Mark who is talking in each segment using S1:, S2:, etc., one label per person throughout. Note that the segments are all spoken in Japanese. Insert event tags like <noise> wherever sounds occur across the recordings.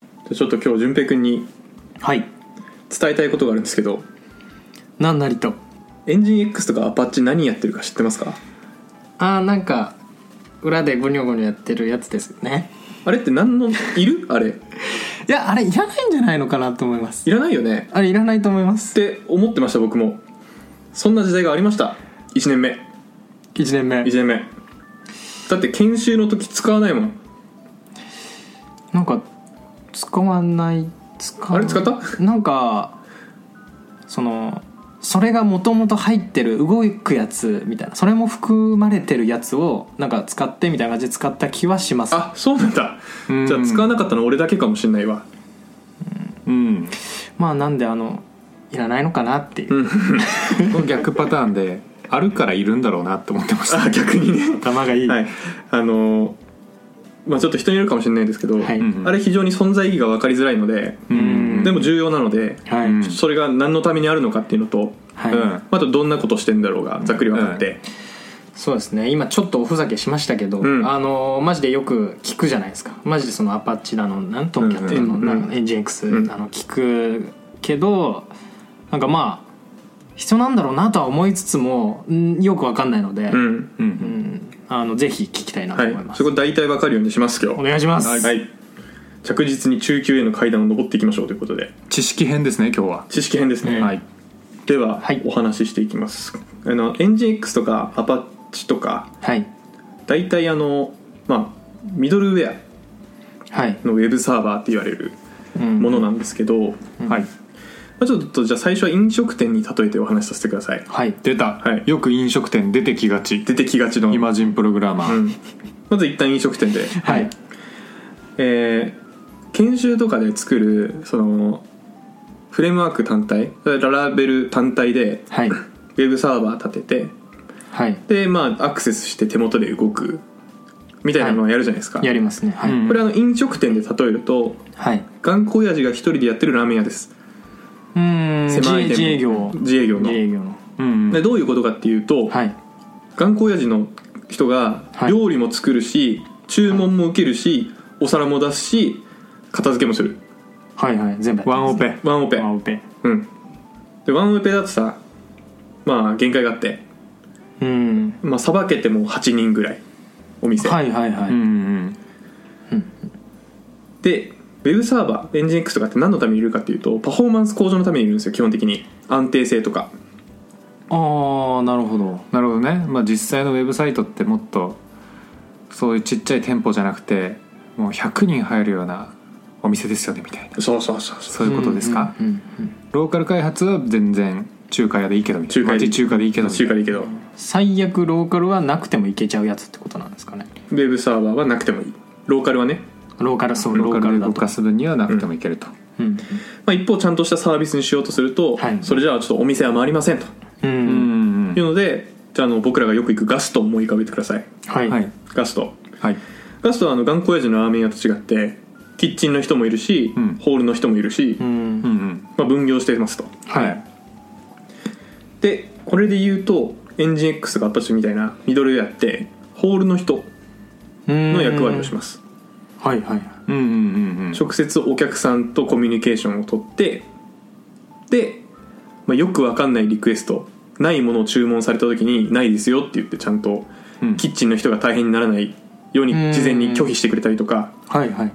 S1: じゃあちょっと今日淳平君に
S2: はい
S1: 伝えたいことがあるんですけど
S2: なんなりと
S1: エンジン X とかアパッチ何やってるか知ってますか
S2: あーなんか裏でゴニョゴニョやってるやつですよね
S1: あれって何の <laughs> いるあれ
S2: いやあれいらないんじゃないのかなと思います
S1: いらないよね
S2: あれいらないと思いま
S1: っ
S2: す
S1: て思ってました僕もそんな時代がありました1年目
S2: 1年目
S1: 1年目だって研修の時使わないもん
S2: なんか使わない使わ
S1: あれ使った
S2: なんかそのそれがもともと入ってる動くやつみたいなそれも含まれてるやつをなんか使ってみたいな感じで使った気はします
S1: あそうなんだ
S2: うん
S1: じゃあ使わなかったの俺だけかもしんないわ
S3: うん、
S2: まあなんであのいらないのかなっていう、
S1: うん
S3: この逆パターンであるからいるんだろうなって思ってました
S1: あ逆にね
S2: 頭がいい、
S1: はいあのーまあちょっと人によるかもしれないですけど、
S2: はい
S1: あれ非常に存在意義が分かりづらいので、
S2: うん
S1: でも重要なので、
S2: はい、
S3: うん
S1: それが何のためにあるのかっていうのと、
S2: はい
S1: うんあとどんなことしてんだろうがざっくり分かって、
S2: そうですね今ちょっとおふざけしましたけど、
S1: うん
S2: あのマジでよく聞くじゃないですかマジでそのアパッチだのなんとキャットだの、
S1: うんうん
S2: なんかエンジン X、
S1: うん
S2: あの聞くけどなんかまあ必要なんだろうなとは思いつつもんよくわかんないので、
S1: うん
S3: う
S2: うんんあのぜひ聞きたいなと思い
S1: は
S2: ま
S1: い、
S2: す、
S1: そこ大体分かるようにします今日
S2: お願いします、
S1: はい、着実に中級への階段を上っていきましょうということで
S3: 知識編ですね今日は、
S1: 知識編ですね、
S2: うん
S3: はい
S1: では、
S2: はい
S1: お話ししていきますあのエンジン X とかアパッチとか
S2: はい
S1: 大体あのまあミドルウェア
S2: はい、
S1: のウェブサーバーって言われる
S2: うん
S1: ものなんですけど、ま
S3: はい
S1: あ、ちょっとじゃあ最初は飲食店に例えてお話しさせてください
S2: はい
S3: 出た、
S1: はい
S3: よく飲食店出てきがち
S1: 出てきがちの
S3: イマジンプログラマ
S1: う
S3: ー、
S1: ん、まず一旦飲食店で、
S2: はい
S1: えー研修とかで作るそのフレームワーク単体ララベル単体で
S2: は
S1: <coughs>
S2: い
S1: ウェブサーバー立てて
S2: はい
S1: でまあアクセスして手元で動くみたいなのをやるじゃないですか、
S2: やりますねはい、
S3: うん
S1: これあの飲食店で例えると
S2: はい
S1: 頑固親父が一人でやってるラーメン屋です
S2: うん
S1: 狭い
S2: 自自営
S1: 店
S2: 業
S1: 舗自営業の
S2: 自営業の
S3: うん
S1: でどういうことかっていうと、
S2: はい
S1: 頑固親父の人が
S2: はい
S1: 料理も作るし、注文も受けるしお皿も出すし片付けもする
S2: はいはい全部やってます
S3: ワンオペ
S1: ワンオペ
S2: ワンオペ
S1: うんでワンオペだとさまあ限界があって
S2: うん
S1: まあさばけても8人ぐらいお店、
S2: はいはいはい、
S3: うんうん
S1: でウェブサーバーエンジン X とかって何のためにいるかっていうとパフォーマンス向上のためにいるんですよ基本的に安定性とか
S2: ああなるほど
S3: なるほどね、まあ、実際のウェブサイトってもっとそういうちっちゃい店舗じゃなくてもう100人入るようなお店ですよねみたいな
S1: そうそうそうそ
S3: そういうことですか、
S2: うんうんうん
S3: ローカル開発は全然中華屋でいいけどみたい
S1: 中
S3: な
S1: 華屋で
S3: 町中華でいいけどみたい
S1: 中
S3: な
S1: 華でいいけど
S2: 最悪ローカルはなくてもいけちゃうやつってことなんですかね
S1: ウェブサーバーはなくてもいいローカルはね、
S2: ローカルそう
S3: ロ
S2: ロ
S3: ー
S2: ー
S3: カ
S2: カ
S3: ル
S2: ル
S3: で
S2: だ
S3: 動
S2: と
S3: かす分にはなくてもいけると、
S2: うん
S1: まあ、一方ちゃんとしたサービスにしようとすると、
S2: はい
S1: それじゃあちょっとお店は回りませんと
S2: うん、
S3: うん
S2: うん
S3: うん
S1: いうのでじゃああの僕らがよく行くガストを思い浮かべてください
S2: はい、
S3: はい
S1: ガスト
S3: はい
S1: ガストはあの頑固親父のラーメン屋と違ってキッチンの人もいるし、
S3: うん
S1: ホールの人もいるし、
S2: うん
S3: うんうん
S1: まあ、分業してますと
S2: はい
S1: でこれで言うとエンジン X がアパッチみたいなミドルウェアってホールの人の
S2: の
S1: 役割をし
S2: ま
S1: ます
S2: すはいはい
S3: うんうんうんうん
S1: 直接お客さんとコミュニケーションを取ってで、まあ、よくわかんないリクエストないものを注文された時に「ないですよ」って言ってちゃんと
S3: うん
S1: キッチンの人が大変にならないように
S2: うん
S1: 事前に拒否してくれたりとか
S2: はいはい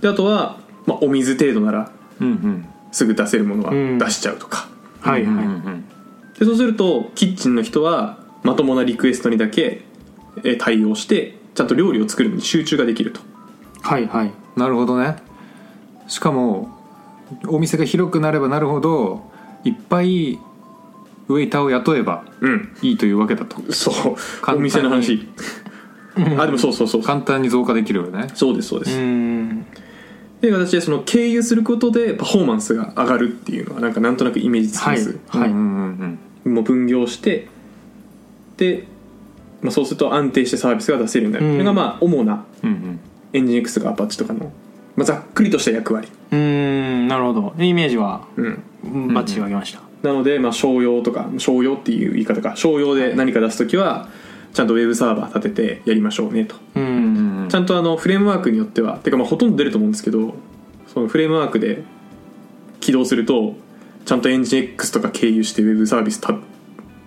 S1: であとは、まあ、お水程度なら
S3: うんうん
S1: すぐ出せるものは
S2: うん
S1: 出しちゃうとか
S2: はい
S3: うんう
S2: はい、
S3: ん
S1: でそうするとキッチンの人はまともなリクエストにだけえー対応してちゃんと料理を作るのに集中ができると
S2: はいはい
S3: なるほどねしかもお店が広くなればなるほどいっぱいウェイターを雇えば
S1: うん
S3: いいというわけだと
S1: そう
S3: 単
S1: お
S3: に
S1: 店の話あでもそうそうそう
S3: 簡単に増加できるよね
S1: そうですそうです、
S2: うん
S1: っていう形でその経由することでパフォーマンスが上がるっていうのはなんかなんとなくイメージつき
S2: は
S1: ま
S2: い
S1: す、
S2: はい、
S3: うんうんうん
S1: もう分業してで、まあ、そうすると安定してサービスが出せるようになる、
S2: うん
S1: それがまあ主な
S3: うんうん
S1: エンジン X とかアパッチとかの、まあ、ざっくりとした役割、
S2: うんなるほどでイメージは
S1: うん、
S2: バッチリ分けました、
S1: なので、まあ、商用とか商用っていう言い方か商用で何か出す時はちゃんとウェブサーバー立ててやりましょうねと
S2: うん
S3: うんうんうん
S1: ちゃんとあのフレームワークによってはてかまあほとんど出ると思うんですけどそのフレームワークで起動するとちゃんと NGX とか経由してウェブサービスた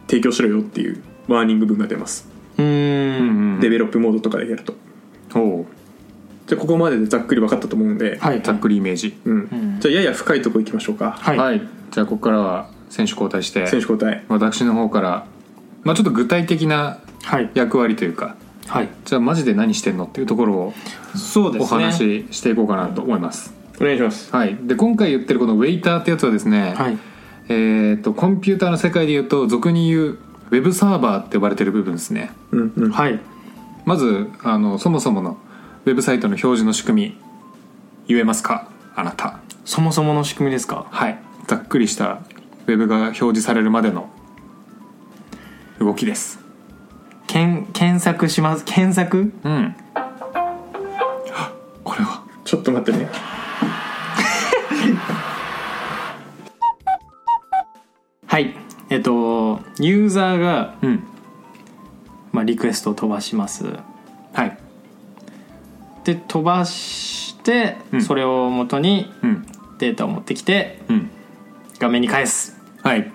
S1: 提供しろよっていうワーニング文が出ます、
S2: うー
S3: うん
S2: ん
S3: うん
S1: デベロップモードとかでやると
S3: おう
S1: じゃあここまででざっくり分かったと思うんで、
S2: はい
S3: ざっくりイメージ
S1: うん
S2: ん
S1: じゃあやや深いとこ行きましょうか、
S2: はい、
S3: はい、じゃあここからは選手交代して
S1: 選手交代
S3: 私の方から、まあ、ちょっと具体的な
S2: はい
S3: 役割というか
S2: はい
S3: じゃあマジで何してんのっていうところを
S2: そうですね
S3: お話ししていこうかなと思います
S1: お願いします
S3: はい、で今回言ってるこのウェイターってやつはですね、
S2: はい
S3: えー、とコンピューターの世界で言うと俗に言うウェブサーバーって呼ばれてる部分ですね
S1: うんうん
S2: はい
S3: まずあのそもそものウェブサイトの表示の仕組み言えますかあなた
S2: そもそもの仕組みですか
S3: はいざっくりしたウェブが表示されるまでの動きです
S2: けん検索します検索
S3: うんあこれは
S1: ちょっと待ってね
S2: はいえっとユーザーが、
S3: うん
S2: まあ、リクエストを飛ばします
S3: はい
S2: で飛ばして、
S3: うん
S2: それを元に
S3: うん
S2: データを持ってきて
S3: うん
S2: 画面に返す
S3: はい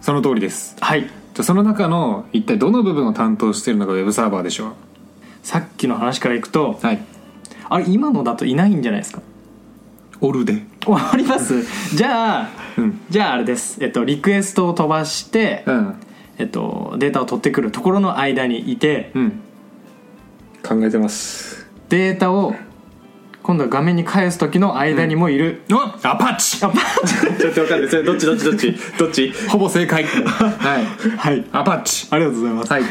S3: その通りです
S2: はい
S3: じゃあその中の一体どの部分を担当しているのがウェブサーバーでしょ
S2: さっきの話からいくと
S3: うはい
S2: あれ今のだといないんじゃないですか
S3: オルで
S2: わかりますじゃあ
S3: うん
S2: じゃああれです、えっと、リクエストを飛ばして、
S3: うん
S2: えっと、データを取ってくるところの間にいて
S3: うん
S1: 考えてます
S2: データを今度は画面に返す時の間にもいる、
S3: おアパッチ
S2: あパッ
S1: ちょっと分かんないそれどっちどっちどっ <laughs> ちどっち
S3: ほぼ正解 <laughs> はい
S2: はい
S3: アパッチ
S2: ありがとうございます
S3: はい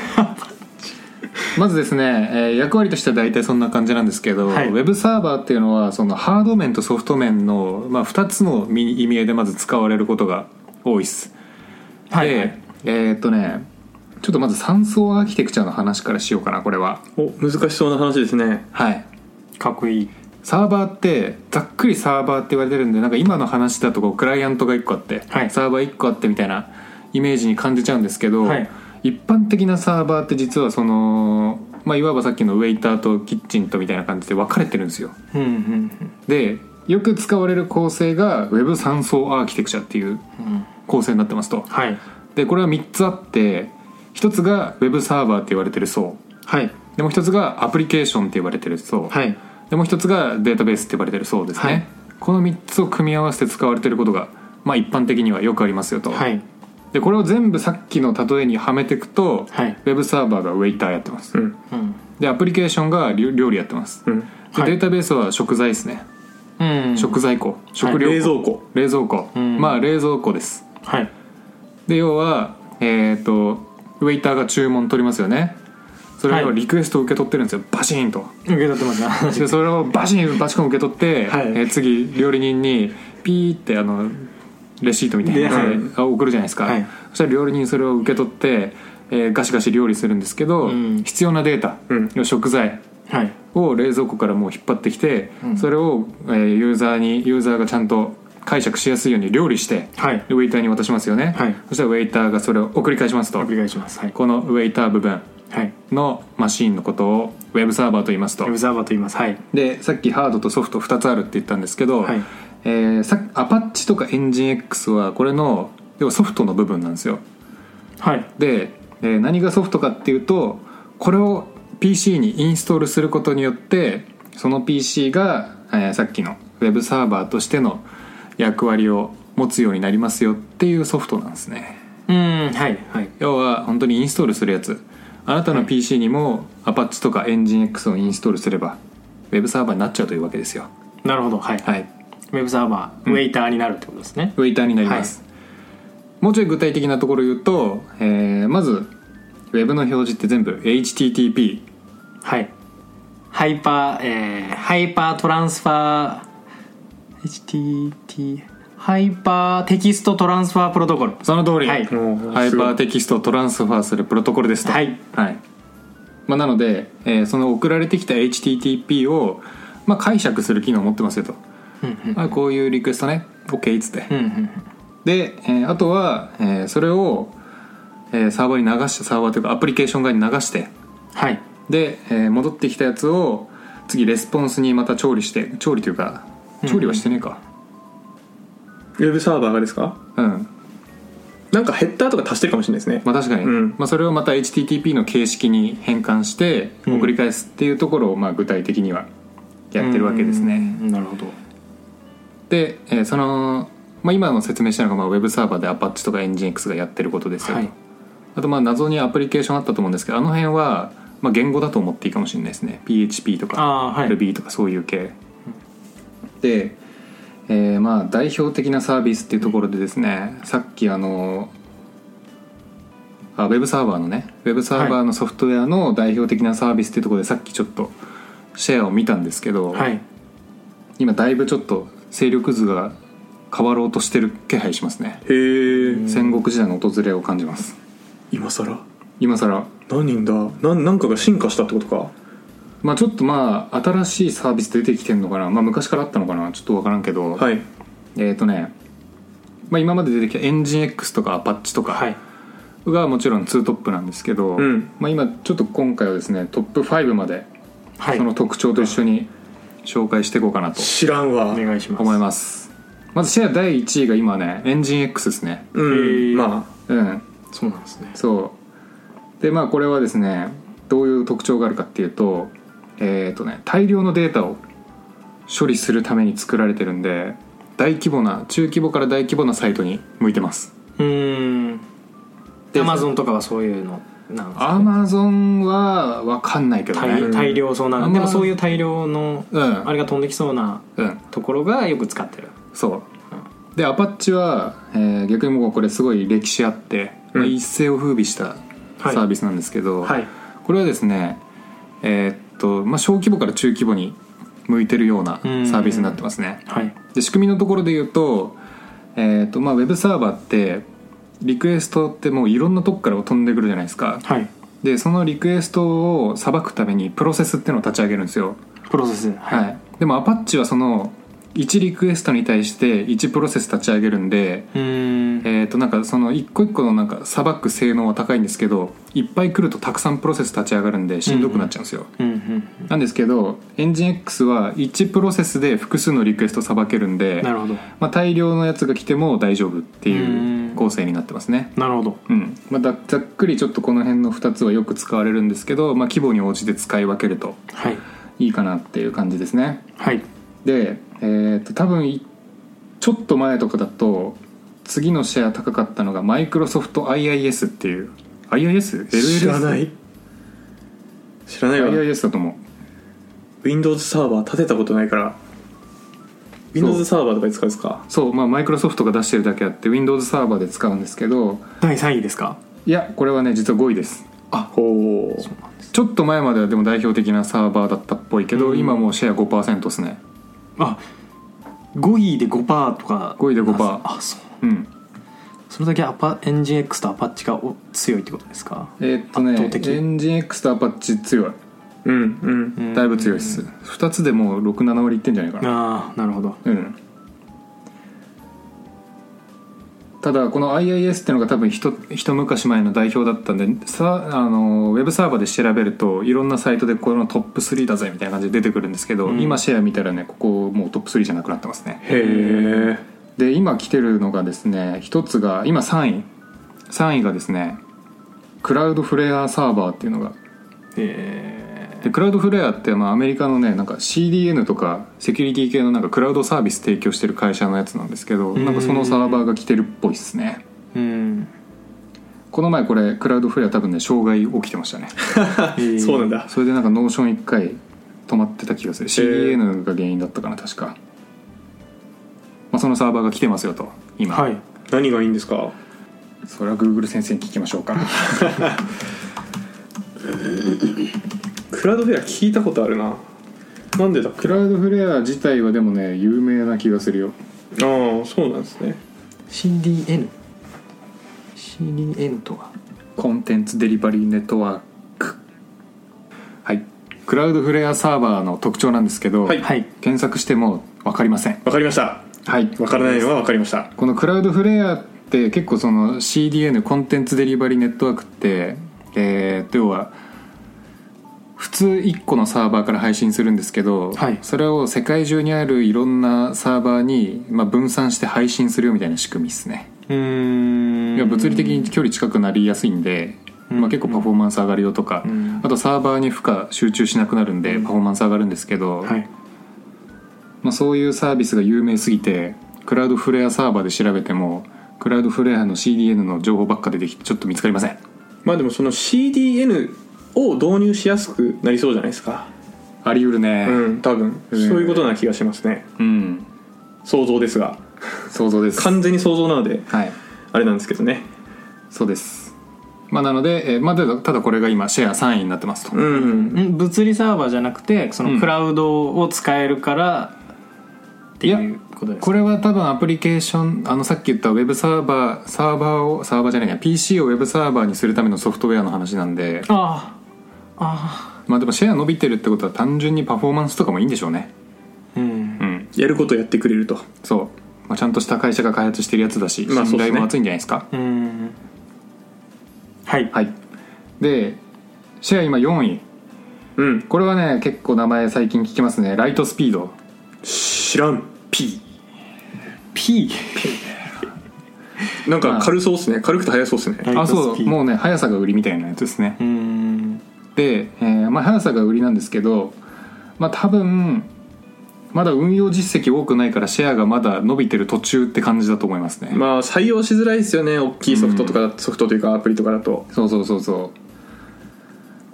S3: まずですね、えー役割としては大体そんな感じなんですけど、
S2: はい
S3: ウェブサーバーっていうのはそのハード面とソフト面の、まあ、2つの意味合いでまず使われることが多いです
S2: はい
S3: で、えーっとねちょっとまず三層アーキテクチャの話からしようかなこれは
S1: お難しそうな話ですね
S3: はい
S2: かっこいい
S3: サーバーってざっくりサーバーって言われてるんでなんか今の話だとこうクライアントが1個あって、
S2: はい
S3: サーバー1個あってみたいなイメージに感じちゃうんですけど、
S2: はい
S3: 一般的なサーバーって実はその、まあ、いわばさっきのウェイターとキッチンとみたいな感じで分かれてるんですよ
S2: うんうん
S3: でよく使われる構成が Web3 層アーキテクチャっていう
S2: うんうん
S3: 構成になってますと
S2: はい
S3: でこれは3つあって1つが Web サーバーって言われてる層
S2: はい
S3: でも1つがアプリケーションって言われてる層、
S2: はい
S3: でもう一つがデータベースって呼ばれてるそうです
S2: は
S3: ね、
S2: い
S3: この3つを組み合わせて使われてることが、まあ、一般的にはよくありますよと、
S2: はい
S3: でこれを全部さっきの例えにはめていくと、
S2: はい
S3: ウェブサーバーがウェイターやってます
S1: うん
S2: うん
S3: でアプリケーションが料料理やってます
S1: うん
S3: で
S2: はい
S3: データベースは食材ですね、
S2: うん
S3: 食材庫食料庫、
S1: 冷蔵庫
S3: 冷蔵庫、
S2: うん
S3: まあ冷蔵庫です
S2: はい
S3: で要はえっ、とウェイターが注文取りますよねそれを
S2: はい
S3: リクエストを受け取ってるんですよバシーンと
S2: 受け取って <laughs> ますな
S3: でそれをバチンバチコン受け取って、
S2: はい
S3: えー次料理人にピーってあのレシートみたいな
S2: で
S3: のを送るじゃないですか、
S2: はい
S3: そしたら料理人それを受け取って、えーガシガシ料理するんですけど、
S2: うん
S3: 必要なデータ、
S1: う
S3: 食材
S2: はい
S3: を冷蔵庫からもう引っ張ってきて、
S2: うん
S3: それを、えーユーザーにユーザーがちゃんと解釈しやすいように料理して
S2: はい
S3: でウェイターに渡しますよね、
S2: はい
S3: そしたらウェイターがそれを送り返しますと
S2: お繰り返しますはい
S3: このウェイター部分
S2: はい
S3: のマシーンのことをウェブサーバーと言いますと
S2: ウェブサーバーと言いますはい
S3: でさっきハードとソフト2つあるって言ったんですけど、
S2: はい
S3: えーさアパッチとかエンジン X はこれの要はソフトの部分なんですよ
S2: はい
S3: で、えー何がソフトかっていうとこれを PC にインストールすることによってその PC が、えーさっきのウェブサーバーとしての役割を持つようになりますよっていうソフトなんですね
S2: うんはいはい
S3: 要は本当にインストールするやつあなたの PC にもアパッチとかエンジン X をインストールすればウェブサーバーになっちゃうというわけですよ
S2: なるほどはい
S3: はい
S2: ウェブサーバー、
S3: うん
S2: ウェイターになるってことですね
S3: ウェイターになります、もうちょい具体的なところを言うと、えーまずウェブの表示って全部 HTTP
S2: はいハイパー、えー、ハイパートランスファー HTT ハイパーテキストトランスファープロトコル
S3: その通り、
S2: はい
S3: ハイパーテキストをトランスファーするプロトコルですと
S2: はい、
S3: はいまあ、なので、えーその送られてきた HTTP を、まあ、解釈する機能を持ってますよと、
S2: うんうん
S3: まあ、こういうリクエストね OK っつって、
S2: うんうん
S3: で、えーあとは、えーそれを、えーサーバーに流してサーバーというかアプリケーション側に流して
S2: はい
S3: で、えー戻ってきたやつを次レスポンスにまた調理して調理というか調理はしてねえか
S1: ウェブサーバーがですか
S3: うん、
S1: なんかヘッダーとか足してるかもしれないですね、
S3: まあ確かに、
S1: うん
S3: まあ、それをまた HTTP の形式に変換して
S1: うん
S3: 送り返すっていうところをまあ具体的にはやってるわけですね、
S2: うんなるほど
S3: で、えーその、まあ、今の説明したのがまあウェブサーバーで Apache とか Nginx がやってることですよと、
S2: はい
S3: あとまあ謎にアプリケーションあったと思うんですけどあの辺はまあ言語だと思っていいかもしれないですね PHP とか
S2: ああーはい
S3: Ruby とかそういう系で、えーまあ代表的なサービスっていうところでですねさっきあのあウェブサーバーのねウェブサーバーのソフトウェアの代表的なサービスっていうところでさっきちょっとシェアを見たんですけど、
S2: はい
S3: 今だいぶちょっと勢力図が変わろうとしてる気配しますね
S1: へえ
S3: 戦国時代の訪れを感じます
S1: 今更
S3: 今更
S1: 何人だなんなんかが進化したってことか
S3: まあちょっとまあ新しいサービス出てきてるのかなまあ昔からあったのかなちょっと分からんけど、
S1: はい
S3: えっ、とねまあ今まで出てきたエンジン X とかアパッチと
S2: は
S3: か
S2: い
S3: がもちろん2トップなんですけど、
S1: うん
S3: まあ今ちょっと今回はですねトップ5まで
S2: はい
S3: その特徴と一緒に紹介していこうかなと
S1: 知らん
S2: お
S1: わ
S2: 願いします
S3: 思いますまずシェア第1位が今ねエンジン X ですね
S1: うん
S2: へー
S1: ま
S3: うん
S2: そうなんですね
S3: そうでまあこれはですねどういう特徴があるかっていうとえっ、とね大量のデータを処理するために作られてるんで大規模な中規模から大規模なサイトに向いてます
S2: うーん
S3: で
S2: アマゾンとかはそういうのなんです
S3: ア
S2: かね
S3: マゾンは分かんないけど
S2: 大
S3: ね
S2: 大量そうな
S3: うん
S2: でもそういう大量の
S3: うん
S2: あれが飛んできそうな
S3: うん
S2: ところがよく使ってる
S3: そうでアパッチは、えー逆にもうこれすごい歴史あって、まあ
S1: うん
S3: 一世を風靡したサービスなんですけど、
S2: はい
S3: これはですねえーっと、まあ、小規模から中規模に向いてるようなサービスになってますね
S2: はい
S3: で仕組みのところで言うと,、えーっとまあ、ウェブサーバーってリクエストってもういろんなとこから飛んでくるじゃないですか
S2: はい
S3: でそのリクエストをさばくためにプロセスっていうのを立ち上げるんですよ、
S2: プロセス
S3: はいでもアパッチはその1リクエストに対して1プロセス立ち上げるんで
S2: うーん
S3: えー、となんかその一個一個のなんかさばく性能は高いんですけどいっぱい来るとたくさんプロセス立ち上がるんでしんどくなっちゃうんですよ、
S2: うんうん
S3: なんですけどエンジン X は1プロセスで複数のリクエストさばけるんで
S2: なるほど
S3: まあ、大量のやつが来ても大丈夫っていううん構成になってますね
S2: なるほど
S3: うんまあ、だざっくりちょっとこの辺の2つはよく使われるんですけど、まあ、規模に応じて使い分けると
S2: はい
S3: いいかなっていう感じですね
S2: はい
S3: で、えー、と多分いちょっと前とかだと次のシェア高かったのがマイクロソフト IIS っていう IIS?
S1: あ知らない知らないわ
S3: IIS だと思
S1: Windows サーバー立てたことないから
S3: う
S1: Windows サーバーとかで使うんですか
S3: うそうまあマイクロソフトが出してるだけあって Windows サーバーで使うんですけど
S2: 第3位ですか
S3: いやこれはね実は5位です
S1: ほう
S3: ちょっと前まではでも代表的なサーバーだったっぽいけど、
S2: うん
S3: 今もうシェア5%ですね
S2: あ5位で5%とか
S3: 5位で5%
S2: あそう
S3: うん
S2: それだけアパエンジン X とアパッチがお強いってことですか
S3: えーっと
S2: 圧
S3: ね
S2: 倒的
S3: エンジン X とアパッチ強い
S1: うんうん
S3: だいぶ強いです、2つでもう67割いってんじゃないかな
S2: ああなるほど
S3: うんただこの IIS っていうのが多分ひと一昔前の代表だったんでさあのウェブサーバーで調べるといろんなサイトでこのトップ3だぜみたいな感じで出てくるんですけど、
S2: うん
S3: 今シェア見たらねここもうトップ3じゃなくなってますね
S1: へえ
S3: で今来てるのがですね一つが今3位3位がですねクラウドフレアサーバーっていうのが
S2: え
S3: でクラウドフレアってまあアメリカのねなんか CDN とかセキュリティ系のなんかクラウドサービス提供してる会社のやつなんですけど
S2: ん
S3: なんかそのサーバーが来てるっぽいですね
S2: ー、うん、
S3: この前これクラウドフレア多分ね障害起きてましたね
S1: そうなんだ
S3: それでなんかノーション1回止まってた気がする CDN が原因だったかな確か、まあ、そのサーバーが来てますよと今、
S2: はい
S1: 何がいいんですか
S3: それは Google 先生に聞きましょうか
S1: クラウドフェア聞いたことあるななんでだっけ
S3: クラウドフレア自体はでもね有名な気がするよ
S1: ああそうなんですね
S2: CDN CDN とは
S3: コンテンツデリバリーネットワークはいクラウドフレアサーバーの特徴なんですけど、
S1: はい
S2: はい
S3: 検索しても分かりません
S1: わかりました
S3: はい
S1: わからないのはわかりました
S3: このクラウドフレアって結構その CDN コンテンツデリバリーネットワークってえーっと要は普通1個のサーバーから配信するんですけど、
S2: はい
S3: それを世界中にあるいろんなサーバーに、まあ、分散して配信するみたいな仕組みですね、
S2: うーん
S3: いや物理的に距離近くなりやすいんで、
S2: うん
S3: まあ、結構パフォーマンス上がるよとか、
S2: うん
S3: あとサーバーに負荷集中しなくなるんでパフォーマンス上がるんですけど、
S2: はい
S3: まあ、そういうサービスが有名すぎてクラウドフレアサーバーで調べてもクラウドフレアの CDN の情報ばっか出てきてちょっと見つかりません
S1: まあでもその CDN を導入しやすくなりそうじゃないですか
S3: あり得るね
S1: うん多分そう
S3: うん
S1: いうことな気がしますね
S3: うん、
S1: 想像ですが
S3: 想像です
S1: 完全に想像なので
S3: はい
S1: あれなんですけどね
S3: そうですまあなので、えーまあ、ただただこれが今シェア3位になってますと、
S1: うん
S2: ん物理サーバーじゃなくてそ
S3: うん
S2: のクラウドを使えるからっていうことです
S3: こ
S2: か
S3: れは多分アプリケーションあのさっき言ったウェブサーバーサーバーをサーバーじゃないや PC をウェブサーバーにするためのソフトウェアの話なんで
S2: あああ
S3: まあでもシェア伸びてるってことは単純にパフォーマンスとかもいいんでしょうね
S2: あうん
S3: うん
S1: やることやってくれると
S3: そう、まあ、ちゃんとした会社が開発してるやつだし
S1: まあ
S3: 信
S1: そうです
S3: 頼
S1: ね
S3: も厚いんじゃないですか
S2: うんはい
S3: はいでシェア今4位
S1: うん
S3: これはね結構名前最近聞きますねライトスピード
S1: 知らん
S3: P
S2: P
S1: なんか軽そうっすね軽くて速そうっすね
S2: ライ
S3: あ
S2: ト
S3: そ
S2: スピ
S3: う
S2: ード
S3: もうね速さが売りみたいなやつですね
S2: うん
S3: で、えーまあ、速さが売りなんですけど、まあ、多分まだ運用実績多くないからシェアがまだ伸びてる途中って感じだと思いますね、
S1: まあ採用しづらいですよね大きいソフトとかだソフトというかアプリとかだと
S3: そうそうそうそ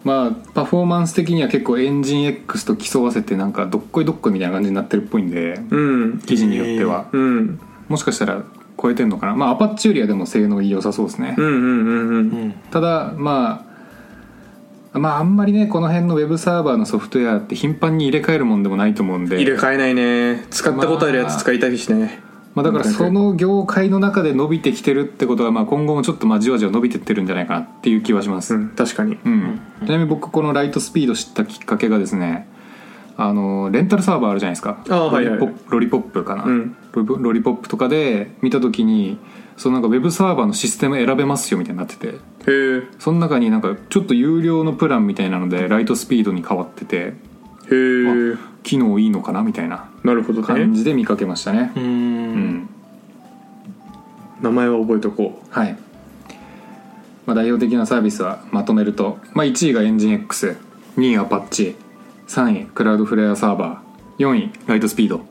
S3: うまあパフォーマンス的には結構エンジン X と競わせてなんかどっこいどっこいみたいな感じになってるっぽいんで
S1: うん
S3: 記事によっては、
S1: うん
S3: もしかしたら超えてんのかなまあアパッチよりはでも性能良さそうですね、
S1: うんうんうんう
S2: うんん
S3: ただまあまああんまりねこの辺のウェブサーバーのソフトウェアって頻繁に入れ替えるもんでもないと思うんで
S1: 入れ替えないね使ったことあるやつ使いたいしね、
S3: まあ、だからその業界の中で伸びてきてるってことはまあ今後もちょっとまあじわじわ伸びてってるんじゃないかなっていう気はします、
S1: う
S3: うん
S1: ん確かに
S3: ちなみに僕このライトスピード知ったきっかけがですねあのレンタルサーバーあるじゃないですか
S1: あーはいはい
S3: ロリポップロリポップかな、
S1: うん
S3: ロリポロリポップとかで見た時にそのなんかウェブサーバーのシステム選べますよみたいになってて
S1: へえ
S3: その中になんかちょっと有料のプランみたいなのでライトスピードに変わってて
S1: へえ
S3: 機能いいのかなみたいな
S1: なるほど
S3: 感
S1: ね
S3: じで見かけましたね
S2: う
S3: うんん
S1: 名前は覚えとこう
S3: はい、まあ、代表的なサービスはまとめると、まあ、1位がエンジン X2 位アパッチ3位クラウドフレアサーバー4位ライトスピード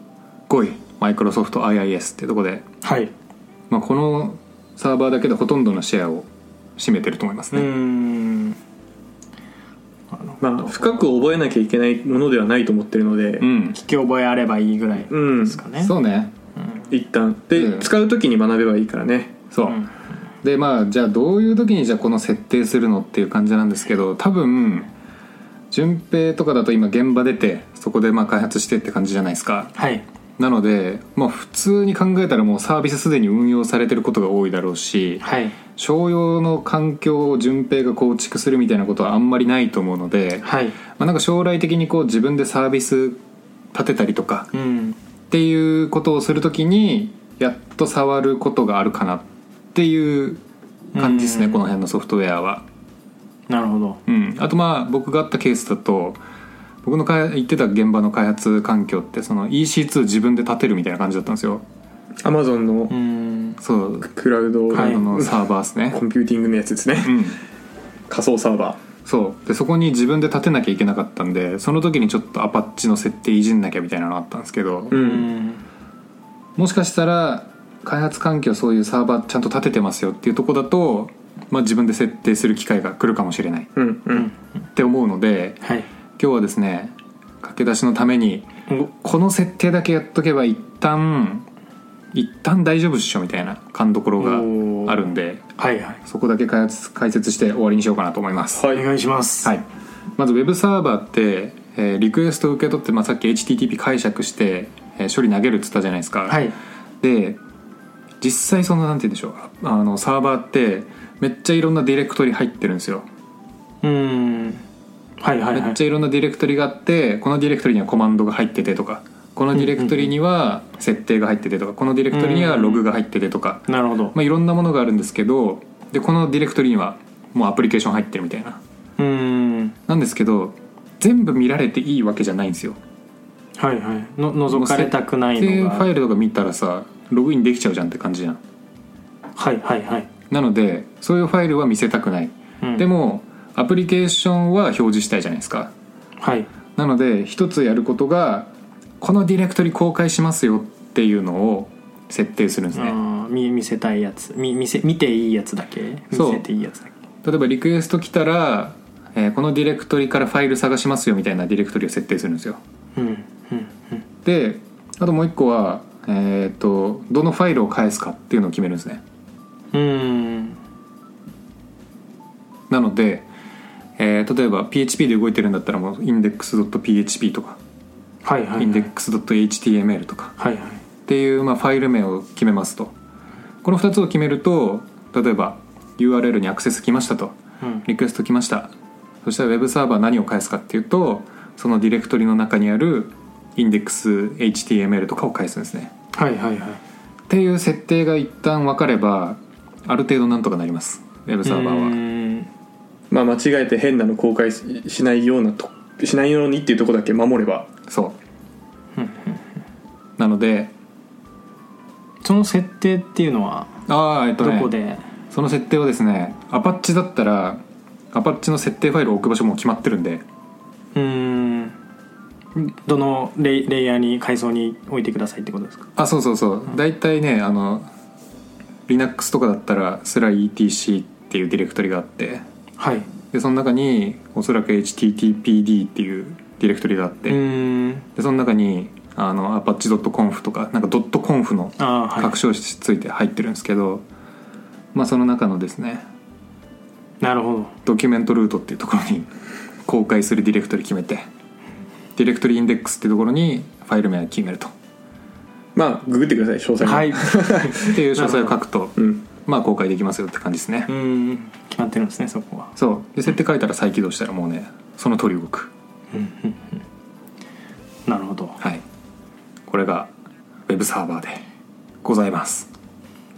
S3: 5位マイクロソフト IIS ってとこで、
S2: はい
S3: まあ、このサーバーだけでほとんどのシェアを占めてると思います
S2: う
S3: ね、
S2: ん
S1: まあ深く覚えなきゃいけないものではないと思ってるので
S3: うん
S2: 聞き覚えあればいいぐらいで
S1: うん、
S2: すかね
S3: そうね
S1: 一旦で、
S3: うん
S1: 使う時に学べばいいからね
S3: そう、
S2: うん
S3: でまあじゃあどういう時にじゃあこの設定するのっていう感じなんですけど多分順平とかだと今現場出てそこでまあ開発してって感じじゃないですか
S2: はい
S3: なので、まあ、普通に考えたらもうサービスすでに運用されてることが多いだろうし
S2: はい
S3: 商用の環境を順平が構築するみたいなことはあんまりないと思うので、
S2: はい
S3: まあ、なんか将来的にこう自分でサービス立てたりとか
S2: うん
S3: っていうことをするときにやっと触ることがあるかなっていう感じですね
S2: うん
S3: この辺のソフトウェアは。
S2: なるほど
S3: うん、あとまあ僕があったケースだと僕のか行ってた現場の開発環境ってその EC2 自分で立てるみたいな感じだったんですよ。
S1: アマゾンの
S2: うん
S3: そう
S1: クラウド
S3: クラウドの
S1: うん
S3: サーバーですね、
S1: コンピューティングのやつですね、
S3: うん、
S1: 仮想サーバ
S3: そうでそこに自分で立てなきゃいけなかったんでその時にちょっとアパッチの設定いじんなきゃみたいなのあったんですけど、
S1: ーう、
S2: うんん
S3: もしかしたら開発環境そういうサーバーちゃんと立ててますよっていうとこだと、まあ、自分で設定する機会が来るかもしれない
S1: うんうん
S3: って思うので
S2: はい
S3: 今日はですね駆け出しのためにこの設定だけやっとけば一旦一旦大丈夫っしょみたいな勘どころがあるんで
S2: はいはい
S3: そこだけ開発解説して終わりにしようかなと思います
S2: お
S1: はい
S2: 願いします
S3: はい、まずウェブサーバーって、えーリクエストを受け取って、まあ、さっき HTTP 解釈して、えー処理投げるっつったじゃないですか、
S2: はい
S3: で実際そのなんて言うんでしょうあのサーバーってめっちゃいろんなディレクトリ入ってるんですよ
S2: うんはいはいは
S3: めっ
S2: い
S3: ちゃいろんなディレクトリがあってこのディレクトリにはコマンドが入っててとかこのディレクトリには設定が入っててとかこのディレクトリにはログが入っててとか、
S2: なるほど
S3: まあ、いろんなものがあるんですけどでこのディレクトリにはもうアプリケーション入ってるみたいな
S2: うん
S3: なんですけど全部見られていいわけじゃないんですよ
S2: はいはいの覗かれたくない
S3: で
S2: の
S3: フ
S2: がは
S3: ァ
S2: い
S3: イルとか見たらさログインできちゃうじゃんって感じじゃん
S2: はいはい、
S3: なのでそういうファイルは見せたくない、
S2: うん、
S3: でもアプリケーションは表示したいじゃないですか
S2: はい
S3: なので一つやることがこのディレクトリ公開しますよっていうのを設定するんです
S2: あ
S3: ね
S2: ー見見せたいやつ見見せ見ていいやつだけ見
S3: そう
S2: せていいやつだけ
S3: 例えばリクエスト来たら、えーこのディレクトリからファイル探しますよみたいなディレクトリを設定するんですよ
S2: うんうんうん
S3: であともう一個はえっ、とどのファイルを返すかっていうのを決めるんですね
S2: うーん
S3: なので、えー例えば PHP で動いてるんだったらもう index.php とか
S2: はいはいはい
S3: index.html とか
S2: はいはい
S3: っていう、まあ、ファイル名を決めますとこの2つを決めると例えば URL にアクセス来ましたと
S2: うん
S3: リクエスト来ましたそしたらウェブサーバー何を返すかっていうとそのディレクトリの中にある index.html とかを返すんですね
S2: はいはいはい
S3: っていう設定が一旦分かればある程度なんとかなりますウェブサーバ
S2: う
S3: ーは
S2: ーん
S1: まあ間違えて変なの公開ししないようなとしないようにっていうとこだけ守れば
S3: そうなので
S2: その設定っていうのは
S3: ああえっと
S2: ど
S3: ね
S2: こで、
S3: その設定はですねアパッチだったらアパッチの設定ファイルを置く場所もう決まってるんで
S2: うーんどのレイレイヤーに階層に置いてくださいってことですか
S3: あそうそうそう大体ねあの Linux とかだったらスラ etc っていうディレクトリがあって
S2: はい
S3: でその中におそらく httpd っていうディレクトリがあっ
S2: う
S3: て、
S2: ーん
S3: でその中にあの apache.conf とかなんか .conf の
S2: ああは
S3: 拡張子ついて入ってるんですけど、まあその中のですね
S2: いなるほど
S3: ドキュメントルートっていうところに公開するディレクトリ決めてディレクトリインデックスっていうところにファイル名を決めると
S1: まあググってください詳細は
S2: はいう
S3: っていう詳細を書くと
S1: うん
S3: まあ公開できますよって感じですね、
S2: ーん決まってるんですねそこは
S3: そうで設定書いたら再起動したらもうねその通り動く
S2: なるほど
S3: はいこれがウェブサーバーでございます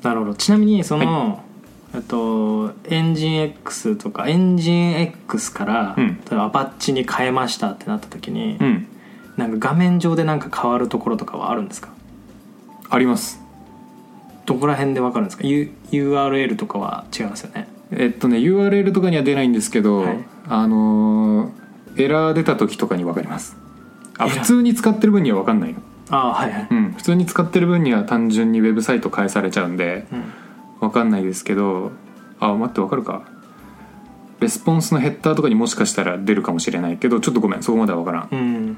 S2: なるほどちなみにその、えっとエンジン X とかエンジン X から、
S3: うん
S2: 例えばアパッチに変えましたってなった時に、
S3: うん
S2: なんか画面上でなんか変わるところとかはあるんですか
S3: あります
S2: どこら辺でわかるんですか、U、URL とかは違いますよね
S3: えっとね URL とかには出ないんですけど、
S2: はい
S3: あのーエラー出た時とかに分かりますあ
S2: エラー
S3: 普通に使ってる分には分かんないよ
S2: ああはいはい、
S3: うん普通に使ってる分には単純にウェブサイト返されちゃうんで
S2: うん
S3: 分かんないですけどあ待って分かるかレスポンスのヘッダーとかにもしかしたら出るかもしれないけどちょっとごめんそこまでは分からん
S2: うん、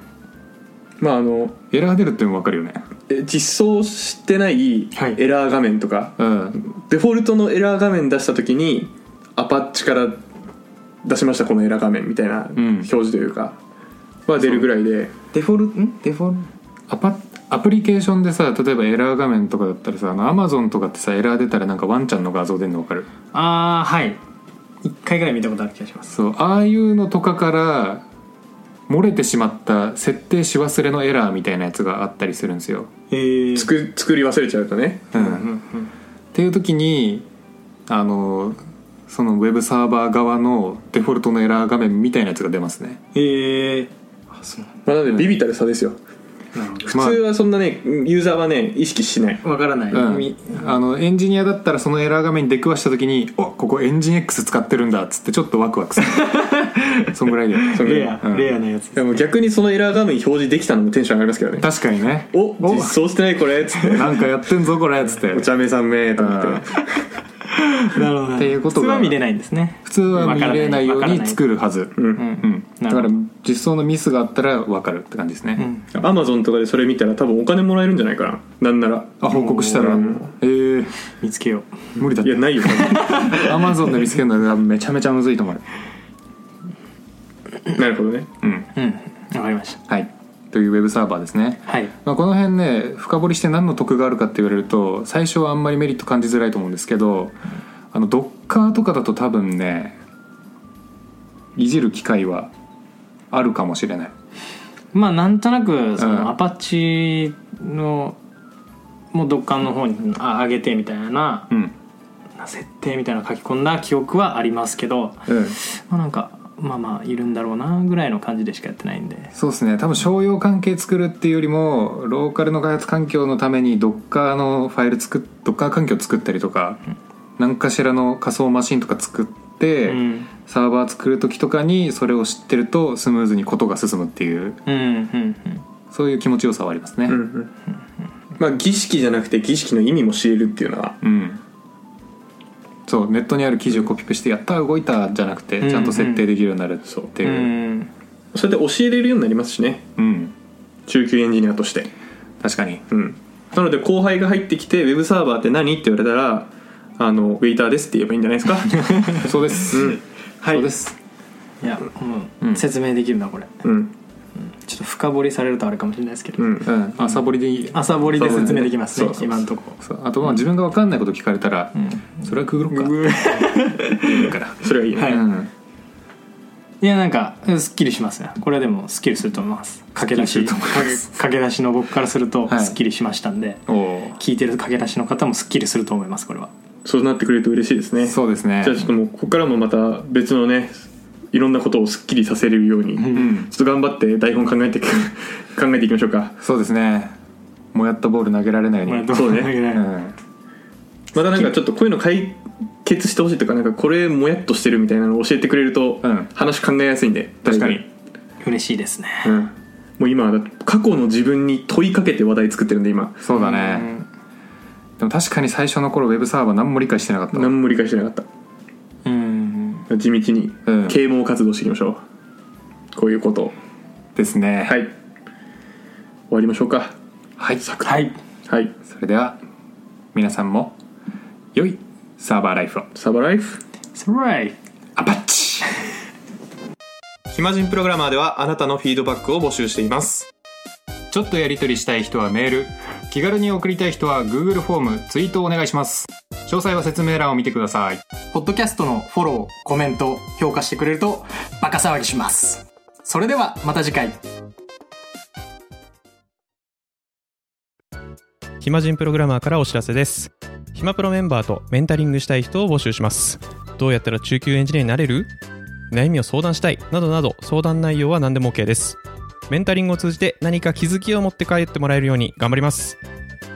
S1: まああの
S3: エラー出るっていうのも分かるよね
S1: え実装してない
S2: はい
S1: エラー画面とか、
S3: うん
S1: デフォルトのエラー画面出した時にアパッチから出しましたこのエラー画面みたいな
S3: うん
S1: 表示というか、は出るぐらいでデフォルんデフォル
S3: アパアプリケーションでさ例えばエラー画面とかだったらさあの Amazon とかってさエラー出たらなんかワンちゃんの画像出るの分かる
S2: ああはい一回ぐらい見たことある気がします
S3: そうああいうのとかから漏れてしまった設定し忘れのエラーみたいなやつがあったりするんですよ、
S2: えー、
S1: 作作り忘れちゃうとね
S3: うん
S2: うんうんうん
S3: っていう時にあのそのウェブサーバー側のデフォルトのエラー画面みたいなやつが出ますね
S2: えー、あそう
S1: まあ、なのでビビたる差ですよ、
S2: なるほど
S3: まあ
S1: 普通はそんなねユーザーはね意識しない
S2: わからない、
S3: うん
S2: み、
S3: あのエンジニアだったらそのエラー画面に出くわした時に「おここエンジン X 使ってるんだ」っつってちょっとワクワクするそんぐらいだよね
S1: その
S2: レア、
S3: うん
S2: レアなやつ
S1: でも逆にそのエラー画面表示できたのもテンション上がりますけどね
S3: 確かにね
S1: お実装してないこれっつって
S3: <laughs> なんかやってんぞこれっつって
S1: お茶目さんめと思って、
S3: うん
S2: なるほど
S3: っていうことが
S2: 普通は見れないんですね
S3: 普通は見れないように作
S2: る
S3: るはず
S1: うん
S3: うん、
S2: な
S3: だ
S2: るほど
S3: から実装のミスがあったら分かるって感じですね、
S1: アマゾンとかでそれ見たら多分お金もらえるんじゃないかななんなら
S3: あ報告したら
S1: う
S3: え
S1: ん
S3: ー、
S2: 見つけよ
S3: 無理だっ
S1: いや
S3: て
S1: ないよ多
S3: <laughs>
S1: 分
S3: アマゾンで見つけるのがめちゃめちゃむずいと思う
S1: なるほどね
S3: うん
S2: ううんわかりました
S3: はいというウェブサーバーですね、
S2: はい
S3: まあ、この辺ね深掘りして何の得があるかって言われると最初はあんまりメリット感じづらいと思うんですけどあの Docker とかだと多分ねいじる機会はあるかもしれない
S2: まあなんとなくそ
S3: うん
S2: のアパッチのもうドッカンの方にあ上げてみたいな
S3: うん
S2: 設定みたいなの書き込んだ記憶はありますけど、
S3: うん
S2: まあ、なんかまあまあいるんだろうなぐらいの感じでしかやってないんで
S3: そうですね多分商用関係作るっていうよりもローカルの開発環境のために Docker のファイル作っ Docker 環境作ったりとか、何かしらの仮想マシンとか作って、
S2: うん
S3: サーバー作る時とかにそれを知ってるとスムーズにことが進むっていう
S2: うんうんうん
S3: そういう気持ちよさはありますね
S1: うんうんまあ儀式じゃなくて儀式の意味も知れるっていうのは
S3: うんそうネットにある記事をコピペして「やった動いた」じゃなくて
S2: ん
S3: ちゃんと設定できるようになるっていうう、
S2: ん
S1: それで教えれるようになりますしね
S3: うん、
S1: 中級エンジニアとして
S3: 確かに
S1: うんなので後輩が入ってきて「ウェブサーバーって何?」って言われたら「あのウェイターです」って言えばいいんじゃない
S3: <laughs>
S1: ですか
S3: そうです、
S1: うんは
S3: そう
S1: い
S3: です
S2: いやも
S3: う
S2: うん説明できるなこれ
S1: うん
S2: ちょっと深掘りされるとあれかもしれないですけど、
S1: うん
S3: うん朝掘りでいい
S2: 朝掘りで説明できますね
S1: そうそう
S2: 今んとこ
S3: そうあとまあ自分が分かんないこと聞かれたら、それはくぐろっかって言うから、
S1: それはいいね、
S2: はい
S3: うん、
S2: いやなんかうんすっきりしますねこれはでもすっきりすると思います駆け出
S3: すっ
S2: し
S3: きりすると思います
S2: <laughs> 駆け出しの僕からすると
S3: はい
S2: すっきりしましたんで、
S3: お
S2: 聞いてる駆け出しの方もすっきりすると思いますこれは
S1: そうなってくれると嬉しいですね
S3: おそうですね
S1: じゃあちょっともうここからもまた別のねいろんなことをすっきりさせれるように、
S3: ん
S1: ちょっと頑張って台本考えていく <laughs> 考えていきましょうか
S3: そうですねもやったボール投げられないよう
S2: まあ
S3: に
S2: ど
S1: そうね
S2: 投げられる
S3: うん
S1: またなんかちょっとこういうの解決してほしいとかなんかこれもやっとしてるみたいなのを教えてくれると
S3: うん
S1: 話考えやすいんで
S3: 確かに、
S2: 嬉しいですね
S1: うん、もう今はだって過去の自分に問いかけて話題作ってるんで今
S3: そうだねでも確かに最初の頃ウェブサーバー何も理解してなかったわ
S1: 何も理解してなかっ
S2: うんうん
S1: た地道に
S3: うん
S1: 啓蒙活動していきましょうこういうことを
S3: ですね
S1: はい終わりましょうか
S3: はい
S2: はい
S1: はい
S3: それでは皆さんも良いサーバーライフを
S1: サバライフ
S2: それ
S3: アパッ <laughs> チ
S1: 暇人プログラマーではあなたのフィードバックを募集しています
S3: ちょっとやり取りしたい人はメール気軽に送りたい人は Google フォームツイートをお願いします詳細は説明欄を見てください
S2: ポッドキャストのフォローコメント評価してくれるとバカ騒ぎしますそれではまた次回
S4: 暇人プログラマーからお知らせです暇プロメンバーとメンタリングしたい人を募集しますどうやったら中級エンジニアになれる悩みを相談したいなどなど相談内容は何でも OK ですメンタリングを通じて何か気づきを持って帰ってもらえるように頑張ります